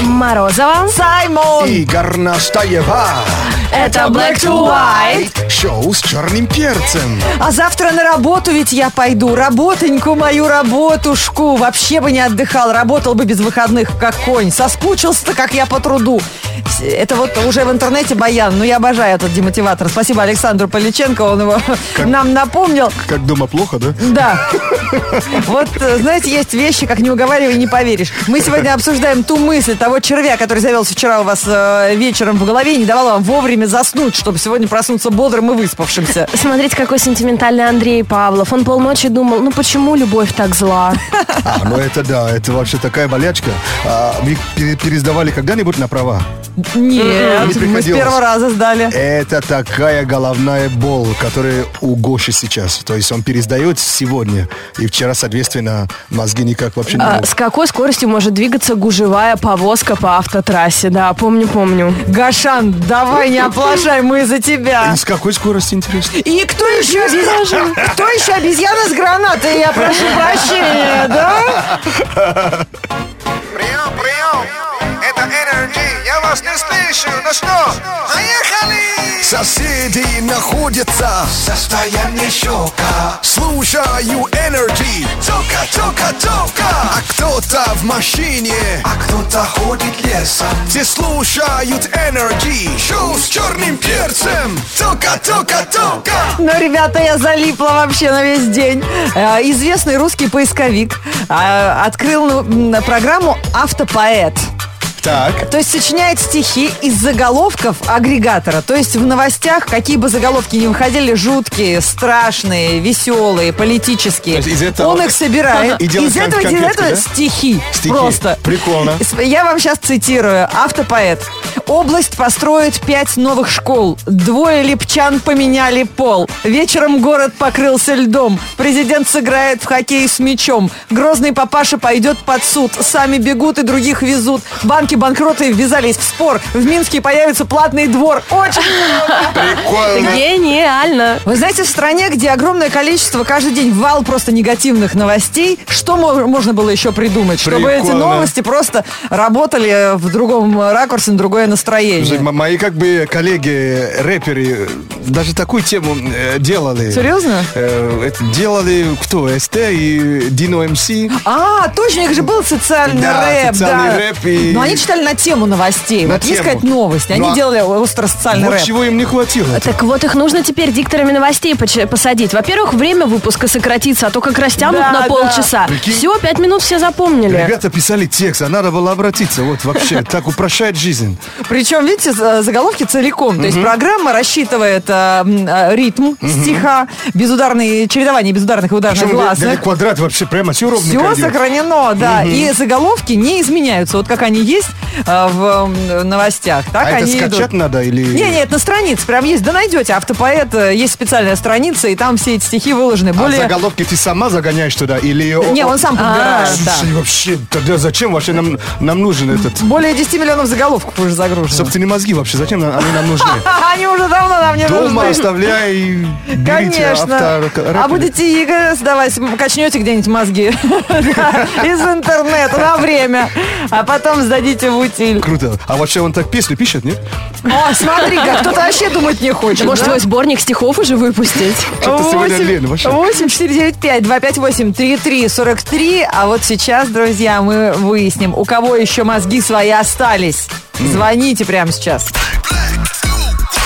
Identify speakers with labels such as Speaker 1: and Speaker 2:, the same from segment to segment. Speaker 1: Морозова.
Speaker 2: Саймон!
Speaker 3: И Горнастаева.
Speaker 1: Это Black to White.
Speaker 3: Шоу с черным перцем.
Speaker 2: А завтра на работу ведь я пойду. Работоньку мою, работушку. Вообще бы не отдыхал, работал бы без выходных, как конь. Соскучился-то, как я по труду. С- Это вот уже в интернете баян. Ну, я обожаю этот демотиватор. Спасибо Александру Поличенко, он его нам напомнил.
Speaker 3: Как дома плохо, да?
Speaker 2: Да. Вот, э, знаете, есть вещи, как не уговаривай, не поверишь. Мы сегодня обсуждаем ту мысль того червя, который завелся вчера у вас э, вечером в голове и не давал вам вовремя заснуть, чтобы сегодня проснуться бодрым и выспавшимся.
Speaker 1: Смотрите, какой сентиментальный Андрей Павлов. Он полночи думал, ну почему любовь так зла?
Speaker 3: А, ну это да, это вообще такая болячка. А, вы их пере- пересдавали когда-нибудь на права?
Speaker 2: Нет,
Speaker 3: Не
Speaker 2: мы с
Speaker 3: приходилось.
Speaker 2: первого раза сдали.
Speaker 3: Это такая головная боль, которая у Гоши сейчас. То есть он пересдает сегодня. И вчера, соответственно, мозги никак вообще не
Speaker 1: А
Speaker 3: могут.
Speaker 1: с какой скоростью может двигаться гужевая повозка по автотрассе? Да, помню, помню.
Speaker 2: Гашан, давай не оплошай, мы за тебя.
Speaker 3: И с какой скорости, интересно?
Speaker 2: И кто еще обезьяна? Кто еще обезьяна с гранатой? А Я прошу прощения, да?
Speaker 4: Прием, прием! Это Energy! Я вас не слышу! Ну что, поехали!
Speaker 3: Соседи находятся в состоянии шока. Слушаю Energy. Тока, тока, тока. А кто-то в машине. А кто-то ходит лесом. Все слушают Energy. Шоу с черным перцем. Тока, тока, тока.
Speaker 2: Ну, ребята, я залипла вообще на весь день. Э, Известный русский поисковик э, открыл ну, м, программу «Автопоэт».
Speaker 3: Так.
Speaker 2: То есть сочиняет стихи из заголовков агрегатора. То есть в новостях, какие бы заголовки ни выходили, жуткие, страшные, веселые, политические.
Speaker 3: То есть из этого-
Speaker 2: Он их собирает.
Speaker 3: И делает
Speaker 2: из этого,
Speaker 3: кон-
Speaker 2: из этого
Speaker 3: конфетки, да?
Speaker 2: стихи.
Speaker 3: Стихи.
Speaker 2: Просто.
Speaker 3: Прикольно.
Speaker 2: С- Я вам сейчас цитирую. Автопоэт. Область построит пять новых школ. Двое липчан поменяли пол. Вечером город покрылся льдом. Президент сыграет в хоккей с мячом. Грозный папаша пойдет под суд. Сами бегут и других везут. Банки-банкроты ввязались в спор. В Минске появится платный двор. Очень
Speaker 3: Прикольно.
Speaker 1: Гениально.
Speaker 2: вы знаете, в стране, где огромное количество, каждый день вал просто негативных новостей, что мо- можно было еще придумать? Чтобы эти
Speaker 3: Прикольно.
Speaker 2: новости просто работали э, в другом ракурсе, на другое
Speaker 3: Слушай,
Speaker 2: настроение.
Speaker 3: м- Мои как бы коллеги э, рэперы э, даже такую тему э, делали.
Speaker 2: Серьезно?
Speaker 3: Э, это делали кто? СТ и Дино МС.
Speaker 2: А, точно, у них же был социальный
Speaker 3: Да,
Speaker 2: рэп,
Speaker 3: социальный
Speaker 2: да.
Speaker 3: рэп и-
Speaker 2: Но они читали на тему новостей.
Speaker 3: На
Speaker 2: вот есть
Speaker 3: тему.
Speaker 2: какая-то новость. Они
Speaker 3: Ну, а-
Speaker 2: делали остро социальный
Speaker 3: Вот
Speaker 2: рэп.
Speaker 3: чего им не хватило.
Speaker 1: Так вот, их нужно теперь дикторами новостей поч- посадить. Во-первых, время выпуска сократится, а то как растянут
Speaker 2: Да,
Speaker 1: на
Speaker 2: да.
Speaker 1: полчаса.
Speaker 3: Прикинь.
Speaker 1: Все, пять минут все запомнили.
Speaker 3: Ребята писали текст, а надо было обратиться. Вот вообще, так упрощает жизнь.
Speaker 2: Причем, видите, за- заголовки целиком. То есть программа рассчитывает э, м, э, ритм стиха, безударные чередование безударных и ударных
Speaker 3: Причем
Speaker 2: гласных.
Speaker 3: да, квадрат вообще прямо все ровненько
Speaker 2: Все
Speaker 3: идет.
Speaker 2: сохранено, да. И заголовки не изменяются, вот как они есть э, в э, новостях. Так
Speaker 3: А это
Speaker 2: они
Speaker 3: скачать
Speaker 2: идут.
Speaker 3: надо или...
Speaker 2: Не, не, это на странице прям есть. Да найдете. Автопоэт, э, есть специальная страница, и там все эти стихи выложены.
Speaker 3: А
Speaker 2: Более...
Speaker 3: заголовки ты сама загоняешь туда или...
Speaker 2: Не, он сам подбирает, да.
Speaker 3: Слушай, вообще, тогда зачем вообще нам, нам нужен этот...
Speaker 2: Более 10 миллионов заголовков уже загружено.
Speaker 3: Собственные мозги вообще, зачем нам- они нам нужны?
Speaker 2: Они уже давно нам не
Speaker 3: Дома
Speaker 2: нужны.
Speaker 3: оставляй и берите
Speaker 2: Конечно.
Speaker 3: авторок-
Speaker 2: А будете игры сдавать, м, качнете где-нибудь мозги из интернета на время, а потом сдадите в утиль.
Speaker 3: Круто. А вообще он так песню пишет, нет?
Speaker 2: О, смотри, как кто-то вообще думать не хочет.
Speaker 1: Может,
Speaker 2: да?
Speaker 1: свой сборник стихов уже выпустить?
Speaker 3: Что-то сегодня лень вообще.
Speaker 2: 8 4 9 5 2 5 8 3 3 43. А вот сейчас, друзья, мы выясним, у кого еще мозги свои остались. Звоните прямо сейчас.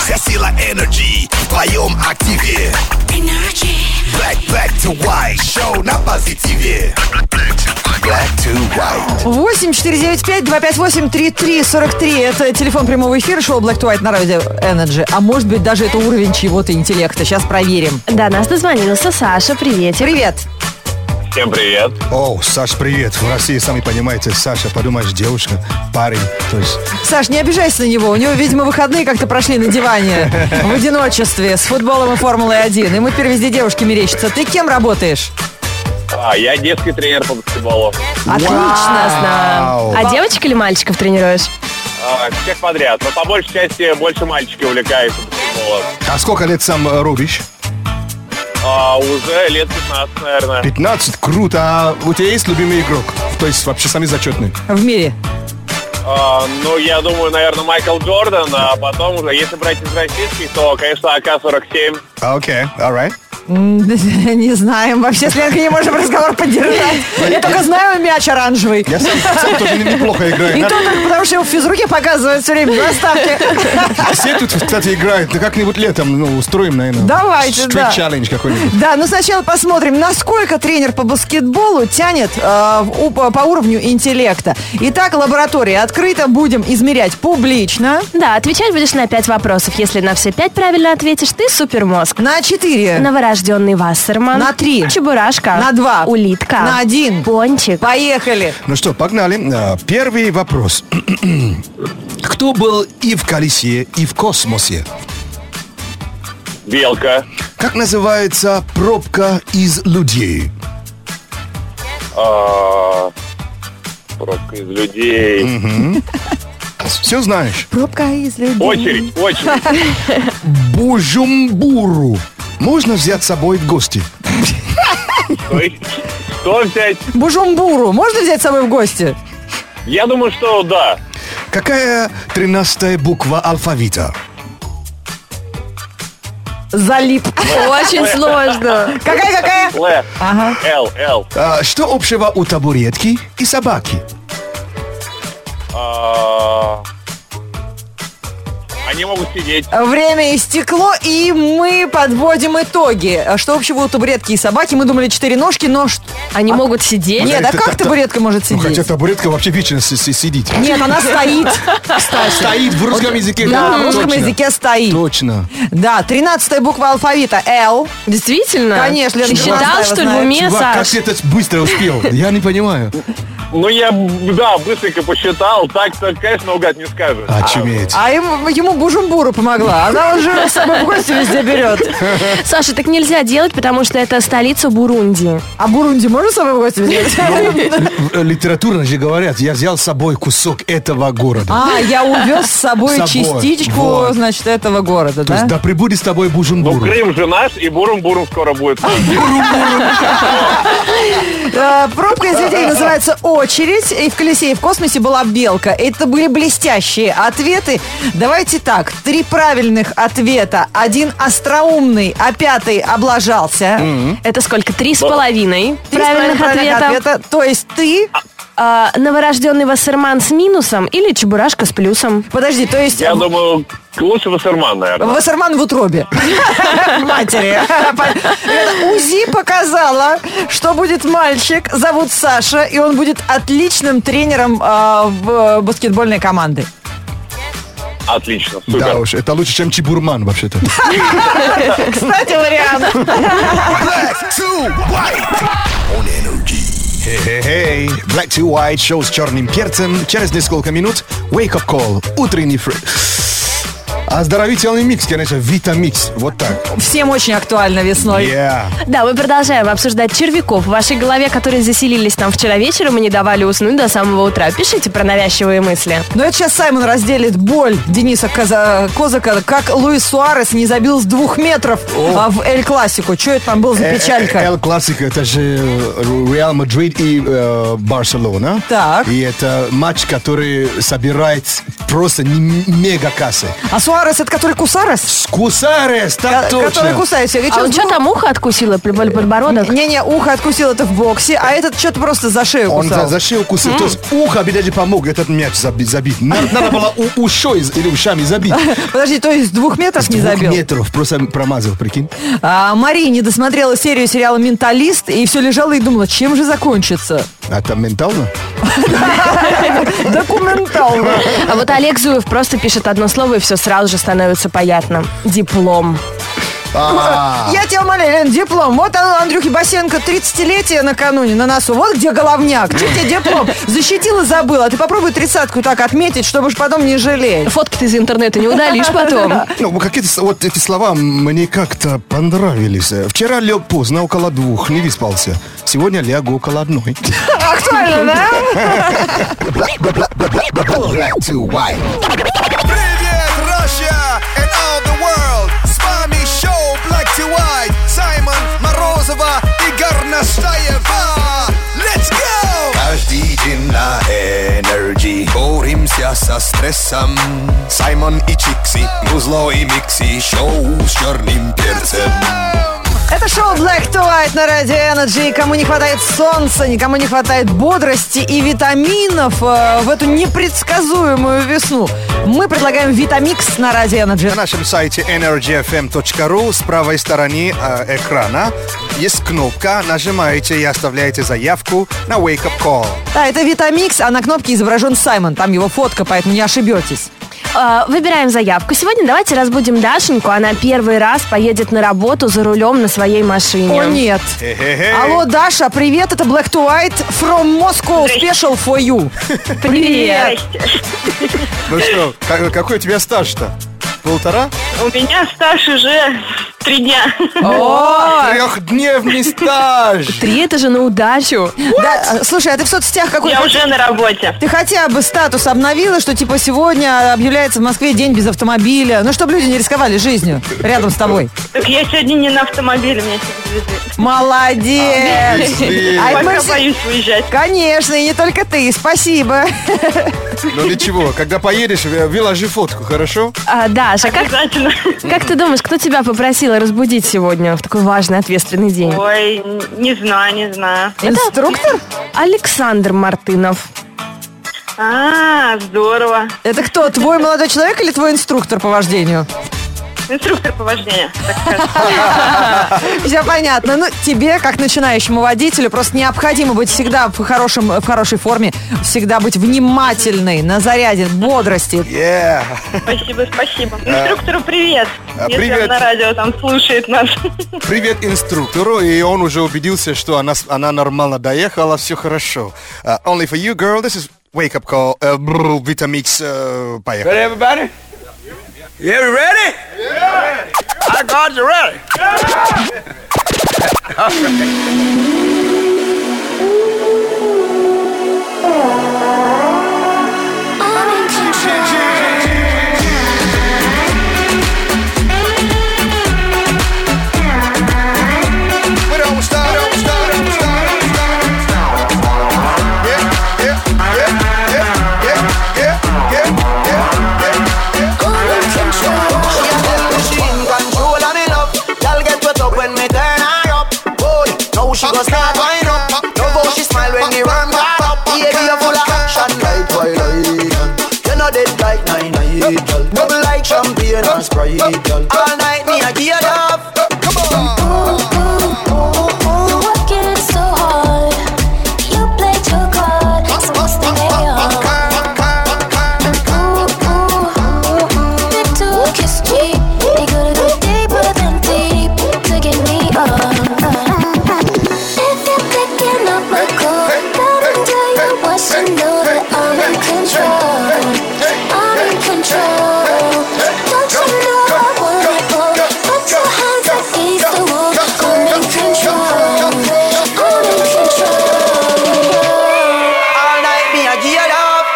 Speaker 5: Вся сила Energy в твоем активе. Black, black to white, шоу на позитиве. Black to white.
Speaker 2: 8 4 9 5 2 5 8 3 3 43. Это телефон прямого эфира шоу Black to White на радио Energy. А может быть, даже это уровень чего-то интеллекта. Сейчас проверим.
Speaker 1: До нас дозвонился Саша, приветик.
Speaker 2: Привет.
Speaker 6: Всем привет.
Speaker 3: О, Саш, привет. В России, сами понимаете, Саша, подумаешь, девушка, парень. То есть,
Speaker 2: Саш, не обижайся на него. У него, видимо, выходные как-то прошли на диване в одиночестве с футболом и Формулой-1. Ему теперь везде девушки мерещатся. Ты кем работаешь?
Speaker 6: А, я детский тренер по баскетболу.
Speaker 2: Отлично.
Speaker 3: Вау.
Speaker 1: А девочек или мальчиков тренируешь?
Speaker 6: А, всех подряд. Но по большей части больше мальчики увлекаются баскетболом.
Speaker 3: а сколько лет сам э, рубишь?
Speaker 6: А, уже лет 15, наверное.
Speaker 3: 15, круто. А у тебя есть любимый игрок? То есть вообще сами зачетные.
Speaker 2: В мире.
Speaker 6: А, ну, я думаю, наверное, Майкл Джордан, а потом уже, если брать из российских, то, конечно, АК-47.
Speaker 3: Okay, all right.
Speaker 2: Не знаем. Вообще с Ленкой не можем разговор поддержать. Я только знаю мяч оранжевый.
Speaker 3: Я сам, сам тоже не- неплохо играю.
Speaker 2: И то
Speaker 3: Надо-
Speaker 2: только потому, что его в физруке показывают все время на ставке.
Speaker 3: А все тут, кстати, играют. Да как-нибудь летом ну, устроим, наверное.
Speaker 2: Давайте, да.
Speaker 3: челлендж какой-нибудь.
Speaker 2: Да, ну сначала посмотрим, насколько тренер по баскетболу тянет э, в- у- по по уровню интеллекта. Итак, лаборатория открыта, будем измерять публично.
Speaker 1: Да, отвечать будешь на пять вопросов. Если на все пять правильно ответишь, ты супермозг.
Speaker 2: На 4.
Speaker 1: Новорожденный Вассерман.
Speaker 2: На три.
Speaker 1: Чебурашка.
Speaker 2: На два.
Speaker 1: Улитка.
Speaker 2: На один.
Speaker 1: Пончик.
Speaker 2: Поехали.
Speaker 3: Ну что, погнали. А, Первый вопрос. Кто был и в колесе, и в космосе?
Speaker 6: Белка.
Speaker 3: Как называется пробка из людей?
Speaker 6: а, Пробка из людей.
Speaker 3: Все знаешь.
Speaker 2: Пробка из людей.
Speaker 6: Очередь, очередь.
Speaker 3: Бужумбуру. Можно взять с собой в гости?
Speaker 6: Ой, Что взять?
Speaker 2: Бужумбуру можно взять с собой в гости?
Speaker 6: Я думаю, что да.
Speaker 3: Какая тринадцатая буква алфавита?
Speaker 2: Залип.
Speaker 1: Очень сложно.
Speaker 2: Какая-какая?
Speaker 6: Л. Л, Л.
Speaker 3: А, что общего у табуретки и собаки?
Speaker 6: А, Они могут сидеть.
Speaker 2: Время истекло, и мы подводим итоги. А Что общего у табуретки и собаки? Мы думали четыре ножки, но... ш-
Speaker 1: Они могут сидеть.
Speaker 2: Нет, а
Speaker 3: это-
Speaker 2: как
Speaker 3: это-
Speaker 2: табуретка может
Speaker 3: Ну, хотя
Speaker 2: сидеть?
Speaker 3: табуретка вообще вечно си- си- сидит.
Speaker 2: Нет, она стоит.
Speaker 3: Стоит в русском языке.
Speaker 2: Да, в русском
Speaker 3: точно.
Speaker 2: языке стоит.
Speaker 3: Точно.
Speaker 2: Да, тринадцатая буква алфавита «Л».
Speaker 1: Действительно?
Speaker 2: Конечно, Лена
Speaker 1: Ты считал,
Speaker 2: Горностаева
Speaker 1: что ли, в
Speaker 2: знает.
Speaker 1: уме,
Speaker 3: Чувак, как
Speaker 1: Саш?
Speaker 3: ты это быстро успел? Я не понимаю.
Speaker 6: Ну, я, да, быстренько посчитал. Так-то, конечно, наугад не скажешь.
Speaker 3: Очуметь.
Speaker 2: А ему, ему Бужумбуру помогла. Она уже с собой в гости везде берет.
Speaker 1: Саша, так нельзя делать, потому что это столица Бурунди.
Speaker 2: А Бурунди можно с собой в гости взять?
Speaker 3: Л- э, Литературно же говорят, я взял с собой кусок этого города.
Speaker 2: А, я увез с собой
Speaker 3: С собой,
Speaker 2: частичку,
Speaker 3: вот.
Speaker 2: значит, этого города,
Speaker 3: То есть,
Speaker 2: да?
Speaker 3: да прибудет с тобой
Speaker 6: Ну,
Speaker 3: Бужунбуру.
Speaker 6: Крым же наш, и бурум-бурум скоро будет.
Speaker 2: Э, Пробка из людей называется «Очередь», и в колесе, и в космосе была белка. Это были блестящие ответы. Давайте так, три правильных ответа, один остроумный, а пятый облажался.
Speaker 1: Это сколько? Три с половиной
Speaker 2: Три с половиной
Speaker 1: правильных ответа.
Speaker 2: ответа. То есть ты...
Speaker 1: А, Новорожденный Вассерман с минусом или Чебурашка с плюсом?
Speaker 2: Подожди, то есть...
Speaker 6: Я думаю, лучше Вассерман, наверное.
Speaker 2: Вассерман в утробе. Матери. Это УЗИ показала, что будет мальчик, зовут Саша, и он будет отличным тренером а, в баскетбольной команды.
Speaker 6: Отлично,
Speaker 3: Да
Speaker 6: супер.
Speaker 3: уж, это лучше, чем Чебурман вообще-то.
Speaker 2: Кстати, вариант.
Speaker 3: Black to white on energy. Хе-хе-хей. Black to white шоу с черным перцем. Через несколько минут wake up call. Утренний фры. Оздоровительный микс, конечно, витамикс. Вот так.
Speaker 2: Всем очень актуально весной.
Speaker 3: Yeah.
Speaker 1: Да, мы продолжаем обсуждать червяков в вашей голове, которые заселились там вчера вечером и не давали уснуть до самого утра. Пишите про навязчивые мысли.
Speaker 2: Но это сейчас Саймон разделит боль Дениса Коза- Козака, как Луис Суарес не забил с двух метров а, в Эль-Классику. Что это там было за
Speaker 3: Э, э, э,
Speaker 2: печалька?
Speaker 3: Эль Классика, это же э, Реал Мадрид и э, Барселона.
Speaker 2: Так.
Speaker 3: И это матч, который собирает просто м- мега кассы.
Speaker 2: А Суарес это который Кусарес?
Speaker 3: Скусарес, так
Speaker 2: Ко- Который
Speaker 3: А, точно.
Speaker 2: кусает всех. И
Speaker 1: А
Speaker 2: чё,
Speaker 1: он что
Speaker 2: ну,
Speaker 1: там ухо откусила, при- при- подбородок?
Speaker 2: Не-не, ухо откусил это в боксе, а этот что-то просто за шею
Speaker 3: Он за,
Speaker 2: кусал.
Speaker 3: за шею кусил. То есть ухо бы даже помог этот мяч заби- забить. На- Надо, было у, ушой из- или ушами забить.
Speaker 2: Подожди, то есть с двух метров
Speaker 3: С
Speaker 2: не
Speaker 3: двух
Speaker 2: забил?
Speaker 3: метров просто промазал, прикинь.
Speaker 2: А, Мария не досмотрела серию сериала «Менталист» и все лежала и думала, чем же закончится?
Speaker 3: А там ментально?
Speaker 2: Документально.
Speaker 1: А вот Олег Зуев просто пишет одно слово, и все сразу же становится понятно. Диплом.
Speaker 3: А,
Speaker 2: Я тебя умоляю, Лен, диплом. Вот оно, Андрюхи Басенко, 30-летие накануне на носу. Вот где головняк. Че тебе диплом? Защитил и забыл. А ты попробуй тридцатку так отметить, чтобы уж потом не жалеть.
Speaker 1: Фотки ты из интернета не удалишь потом.
Speaker 3: Ну, какие-то с- вот эти слова мне как-то понравились. Э, Вчера лег поздно, около двух, не выспался. Сегодня лягу около одной.
Speaker 2: Актуально, да?
Speaker 5: Привет, Russia and all the world! С вами шоу Black to White, Саймон Морозова и Горностаева. Let's go! Каждый день на Energy боремся со стрессом Саймон и Чикси, Музло и Микси Шоу с черным перцем
Speaker 2: Это шоу Black to White на Radio Energy. Кому не хватает солнца, никому не хватает бодрости и витаминов э, в эту непредсказуемую весну, мы предлагаем Витамикс на Radio
Speaker 3: На
Speaker 2: Energy.
Speaker 3: нашем сайте energyfm.ru с правой стороны э, экрана есть кнопка. Нажимаете и оставляете заявку на Wake Up Call.
Speaker 2: Да, это Витамикс, а на кнопке изображен Саймон. Там его фотка, поэтому не ошибетесь.
Speaker 1: Э, Выбираем заявку. Сегодня давайте разбудим Дашеньку. Она первый раз поедет на работу за рулем на своей машине.
Speaker 2: О, нет.
Speaker 3: Э,
Speaker 2: Алло, Даша, привет, это Black to White from Moscow Special for you.
Speaker 1: Привет.
Speaker 3: Ну что, как- какой у тебя стаж-то? Полтора?
Speaker 7: У меня стаж уже три дня.
Speaker 2: О,
Speaker 3: Трехдневный стаж!
Speaker 1: Три это же на удачу.
Speaker 2: да, э, слушай, а ты в соцсетях какой?
Speaker 7: Я уже на работе.
Speaker 2: Ты хотя бы статус обновила, что типа сегодня объявляется в Москве день без автомобиля. Ну, чтобы люди не рисковали жизнью рядом с тобой.
Speaker 7: Так я сегодня не на автомобиле, меня сегодня везли.
Speaker 2: Молодец! А мы
Speaker 7: Пока
Speaker 2: все-
Speaker 7: боюсь выезжать.
Speaker 2: Конечно, и не только ты, спасибо.
Speaker 3: Ну ничего, когда поедешь, э, выложи фотку, хорошо?
Speaker 1: А, Даша, как,
Speaker 7: Обязательно.
Speaker 1: как ты думаешь, кто тебя попросил разбудить сегодня в такой важный, ответственный день?
Speaker 7: Ой, н- не знаю, не знаю.
Speaker 2: Инструктор?
Speaker 1: Александр Мартынов.
Speaker 7: А, здорово.
Speaker 2: Это кто, твой молодой человек или твой инструктор по вождению?
Speaker 7: Инструктор по вождению. так скажем.
Speaker 2: Все понятно. Ну, тебе, как начинающему водителю, просто необходимо быть всегда в, хорошем, в хорошей форме, всегда быть внимательной, на заряде, бодрости.
Speaker 3: Yeah.
Speaker 7: Спасибо, спасибо.
Speaker 8: А,
Speaker 7: Инструктору привет.
Speaker 3: А,
Speaker 7: Если
Speaker 3: привет.
Speaker 7: он на радио там слушает нас.
Speaker 3: Привет инструктору, и он уже убедился, что она, с- она нормально доехала, все хорошо. Uh, only for you, girl, this is wake up call, uh, brr, Vitamix, uh, поехали.
Speaker 9: everybody? Yeah. You ready? Yeah. I got you ready.
Speaker 5: We don't stop, don't stop, don't stop, don't stop, don't stop. Yeah, yeah, yeah, yeah, yeah, yeah, yeah, yeah, yeah.
Speaker 10: She a tell me she in control and in love. Y'all get wet up when me turn her up. Boy, now she go start wind up. Love how she smile when the worm got up. Baby, you full of action like twilight. You know dead like nine night, girl. Bubble like champagne and Sprite, girl. All night me a gear up.
Speaker 11: Control.
Speaker 10: All night me a gear up.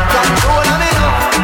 Speaker 10: Control and me love.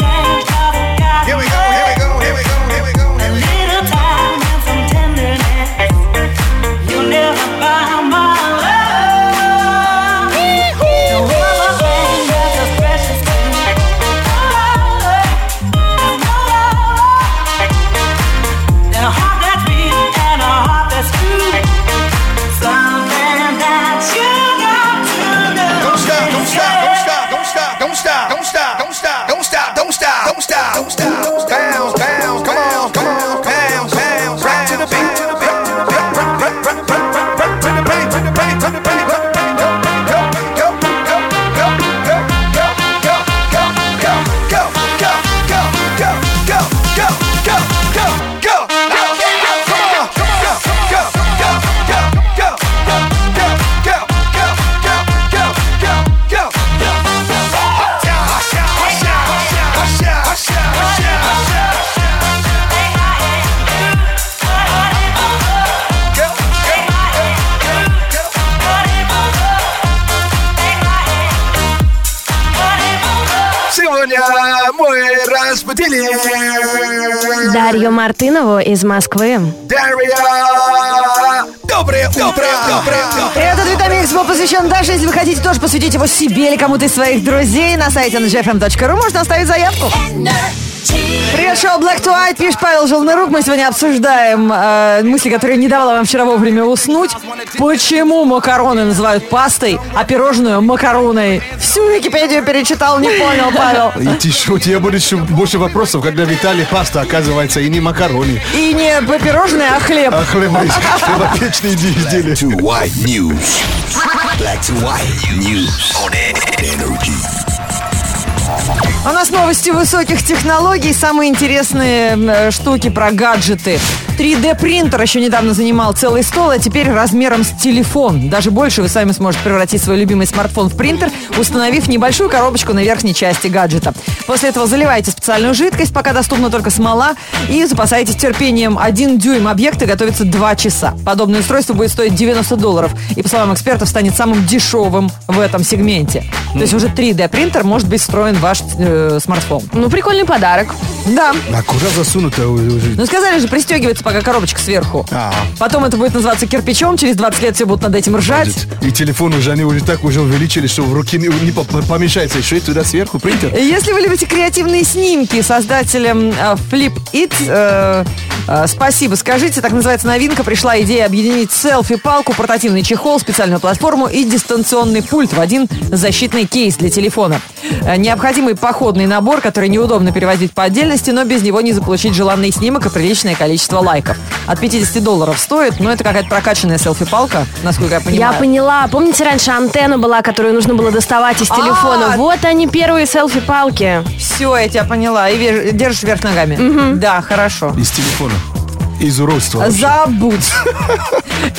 Speaker 8: Here we go, here we go, here we go, here we go, here we go. Don't stop, don't stop, don't stop, don't stop, don't stop, don't stop, don't stop, don't stop, don't stop, don't stop, don't stop, don't stop. Bounce, bounce, come on, come on, bounce, bounce, right to the beat, to the beat, to the beat, right, right, right, right, right, right to the beat, to the beat, to the beat, right, right, go, go, go, go, go, go, go, go, go, go, go, go, go, go, go, go, go, go, go. Now, now, come on, come on, go, go, go, go, go, go, go, go, go, go, go, go, go. Hasha, hasha, hasha, hasha, hasha, hasha, hasha. Go, go, go, go, go.
Speaker 5: Сегодня мы разбудили
Speaker 1: Дарью Мартынову из Москвы.
Speaker 5: Дарья. Доброе утро! Доброе утро!
Speaker 2: Этот Витамикс был посвящен Даше. Если вы хотите тоже посвятить его себе или кому-то из своих друзей, на сайте ngfm.ru эм можно оставить заявку. Привет, шоу Black to White, пишет Павел Желнырук. Мы сегодня обсуждаем э, мысли, которые не давала вам вчера вовремя уснуть. Почему макароны называют пастой, а пирожную макароной? Всю Википедию перечитал, не понял, Павел.
Speaker 3: И тише, у тебя будет еще больше вопросов, когда Виталий паста оказывается и не макарони,
Speaker 2: И не пирожное, а хлеб.
Speaker 3: а хлеба хлебопечные изделия.
Speaker 5: To white news. Black to white news on energy.
Speaker 2: У нас новости высоких технологий, самые интересные э, штуки про гаджеты. 3D-принтер еще недавно занимал целый стол, а теперь размером с телефон. Даже больше вы сами сможете превратить свой любимый смартфон в принтер, установив небольшую коробочку на верхней части гаджета. После этого заливаете специальную жидкость, пока доступна только смола, и запасаетесь терпением. Один дюйм объекта готовится 2 часа. Подобное устройство будет стоить 90 долларов, и, по словам экспертов, станет самым дешевым в этом сегменте. То есть уже 3D-принтер может быть встроен в ваш э, смартфон.
Speaker 1: Ну, прикольный подарок.
Speaker 2: Да.
Speaker 3: А куда засунуто?
Speaker 2: Ну, сказали же, пристегивается пока коробочка сверху.
Speaker 3: А.
Speaker 2: Потом это будет называться кирпичом, через 20 лет все будут над этим ржать.
Speaker 3: И телефон уже, они уже так уже увеличили, что в руки не, не по- помещается. Еще и туда сверху принтер.
Speaker 2: Если вы любите креативные снимки создателям э, Flip It, э, э, спасибо. Скажите, так называется новинка, пришла идея объединить селфи-палку, портативный чехол, специальную платформу и дистанционный пульт в один защитный кейс для телефона. Э, Необходимый походный набор, который неудобно перевозить по отдельности, но без него не заполучить желанный снимок и приличное количество лайков. От 50 долларов стоит, но это какая-то прокачанная селфи-палка, насколько я понимаю.
Speaker 1: Я поняла. Помните, раньше антенна была, которую нужно было доставать из
Speaker 2: А.
Speaker 1: телефона? Вот они, первые селфи-палки.
Speaker 2: Все, я тебя поняла. И вер- держишь вверх ногами. Да, хорошо.
Speaker 3: Из телефона. А Из уродства. вообще.
Speaker 2: Забудь.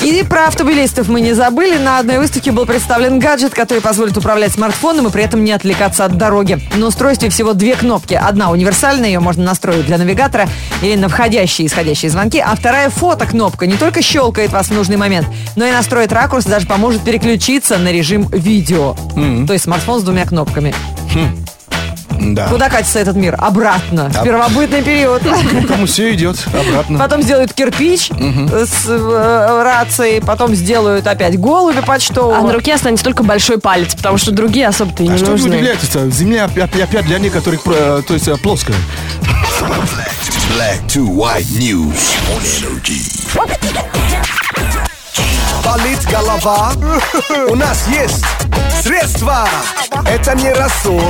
Speaker 2: И про автомобилистов мы не забыли. На одной выставке был представлен гаджет, который позволит управлять смартфоном и при этом не отвлекаться от дороги. На устройстве всего две кнопки. Одна универсальная, ее можно настроить для навигатора или на входящие и исходящие звонки, а вторая фотокнопка не только щелкает вас в нужный момент, но и настроит ракурс, и даже поможет переключиться на режим видео. То есть смартфон с двумя кнопками.
Speaker 3: Да.
Speaker 2: Куда катится этот мир? Обратно. В первобытный период.
Speaker 3: Кому все идет обратно.
Speaker 2: Потом сделают кирпич с э, рацией, потом сделают опять голубя почтового.
Speaker 1: А на руке останется только большой палец, потому что другие особо-то и не
Speaker 3: А что вы
Speaker 1: нужны.
Speaker 3: удивляетесь-то? Земля опять, опять для некоторых, э, то есть э, плоская.
Speaker 5: Black to white news on energy. Болит голова? У нас есть средства. Это не рассол.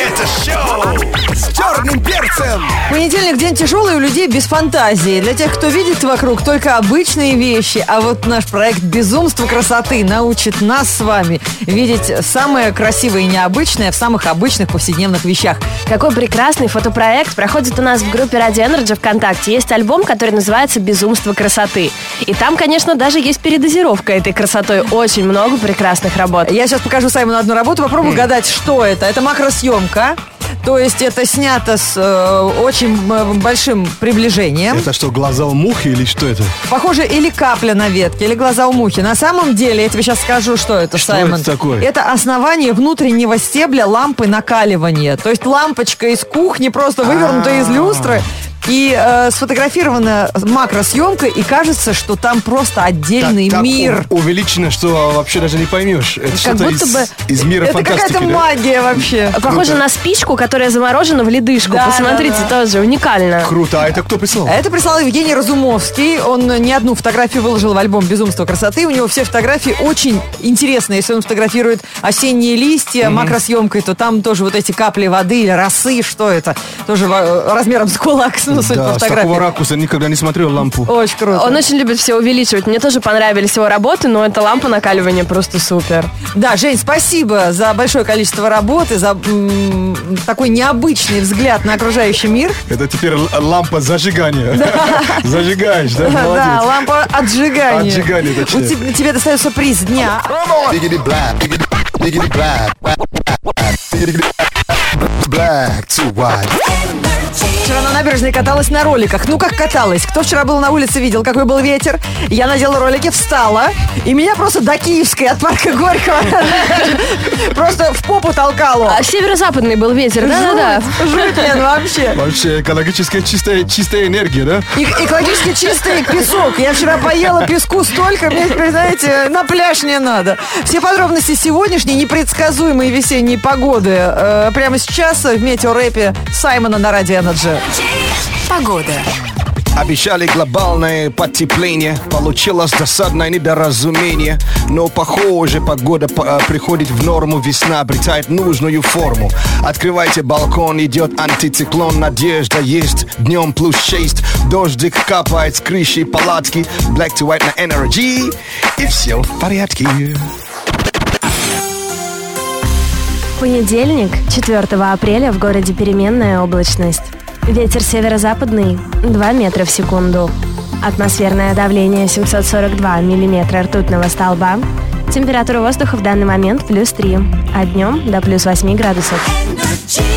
Speaker 5: Это шоу с черным перцем. Цен.
Speaker 2: Понедельник день тяжелый у людей без фантазии. Для тех, кто видит вокруг только обычные вещи. А вот наш проект «Безумство красоты» научит нас с вами видеть самое красивое и необычное в самых обычных повседневных вещах.
Speaker 1: Какой прекрасный фотопроект проходит у нас в группе Ради Energy ВКонтакте. Есть альбом, который называется «Безумство красоты». И там, конечно, даже есть передозировка этой красотой. Очень много прекрасных работ.
Speaker 2: Я сейчас покажу Саймону одну работу, попробую угадать, что это. Это макросъемка. То есть это снято с э, очень э, большим
Speaker 3: А
Speaker 2: приближением.
Speaker 11: Это что, глаза у мухи или что это?
Speaker 2: Похоже, или капля на ветке, или глаза у мухи. На самом деле, я тебе сейчас скажу, что это,
Speaker 11: Что
Speaker 2: Саймон.
Speaker 11: это такое?
Speaker 2: Это основание внутреннего стебля лампы накаливания. То есть лампочка из кухни, просто вывернутая
Speaker 11: А.
Speaker 2: из люстры. И э, сфотографирована макросъемка, и кажется, что там просто отдельный
Speaker 11: Так- так
Speaker 2: мир.
Speaker 11: у- увеличено, что вообще даже не поймешь. Это
Speaker 2: Как
Speaker 11: что-то
Speaker 2: будто
Speaker 11: из,
Speaker 2: бы...
Speaker 11: из мира
Speaker 2: это
Speaker 11: фантастики.
Speaker 2: какая-то
Speaker 11: да?
Speaker 2: магия вообще.
Speaker 1: Похоже на спичку, которая заморожена в ледышку.
Speaker 2: Да,
Speaker 1: Посмотрите,
Speaker 2: да,
Speaker 1: тоже уникально.
Speaker 11: Круто. А это кто прислал?
Speaker 2: Это прислал Евгений Разумовский. Он не одну фотографию выложил в альбом «Безумство красоты». У него все фотографии очень интересные. Если он фотографирует осенние листья макросъемкой, то там тоже вот эти капли воды или росы, что это, тоже во- э, размером с кулак, ну, судя по
Speaker 11: да, с такого
Speaker 2: фотографии.
Speaker 11: ракурса никогда не смотрел лампу.
Speaker 2: Очень круто.
Speaker 1: Он очень любит все увеличивать. Мне тоже понравились его работы, но эта лампа накаливания просто супер.
Speaker 2: Да, Жень, спасибо за большое количество работы, за м, такой необычный взгляд на окружающий мир.
Speaker 11: Это теперь л- лампа зажигания. Зажигаешь, да?
Speaker 2: Да,
Speaker 11: Молодец.
Speaker 2: лампа отжигания.
Speaker 11: Отжигания, точнее.
Speaker 2: У теб- Тебе достается приз дня.
Speaker 5: Biggity black, biggity, biggity black, black, black, biggity black, black to white.
Speaker 2: Вчера на набережной каталась на роликах. Ну как каталась? Кто вчера был на улице, видел, какой был ветер. Я надела ролики, встала, и меня просто до Киевской от парка Горького просто в попу толкало.
Speaker 1: А северо-западный был ветер, да-да-да.
Speaker 2: Жуть, жуть, Лен, вообще.
Speaker 11: Вообще экологическая чистая, чистая энергия, да?
Speaker 2: И- экологически чистый песок. Я вчера поела песку столько, мне теперь, знаете, на пляж не надо. Все подробности сегодняшней непредсказуемой весенней погоды э, прямо сейчас в метеорэпе Саймона на Радио Энерджи.
Speaker 3: Обещали глобальное потепление, получилось досадное недоразумение. Но похоже, погода п- э, приходит в норму, весна обретает нужную форму. Открывайте балкон, идет антициклон, надежда есть, днем плюс 6. Дождик капает с крыши палатки, black to white на energy, и все в порядке.
Speaker 1: Понедельник, 4 апреля в городе переменная облачность. Ветер северо-западный 2 метра в секунду. Атмосферное давление 742 миллиметра ртутного столба. Температура воздуха в данный момент плюс 3, а днем до плюс 8 градусов.
Speaker 12: energy.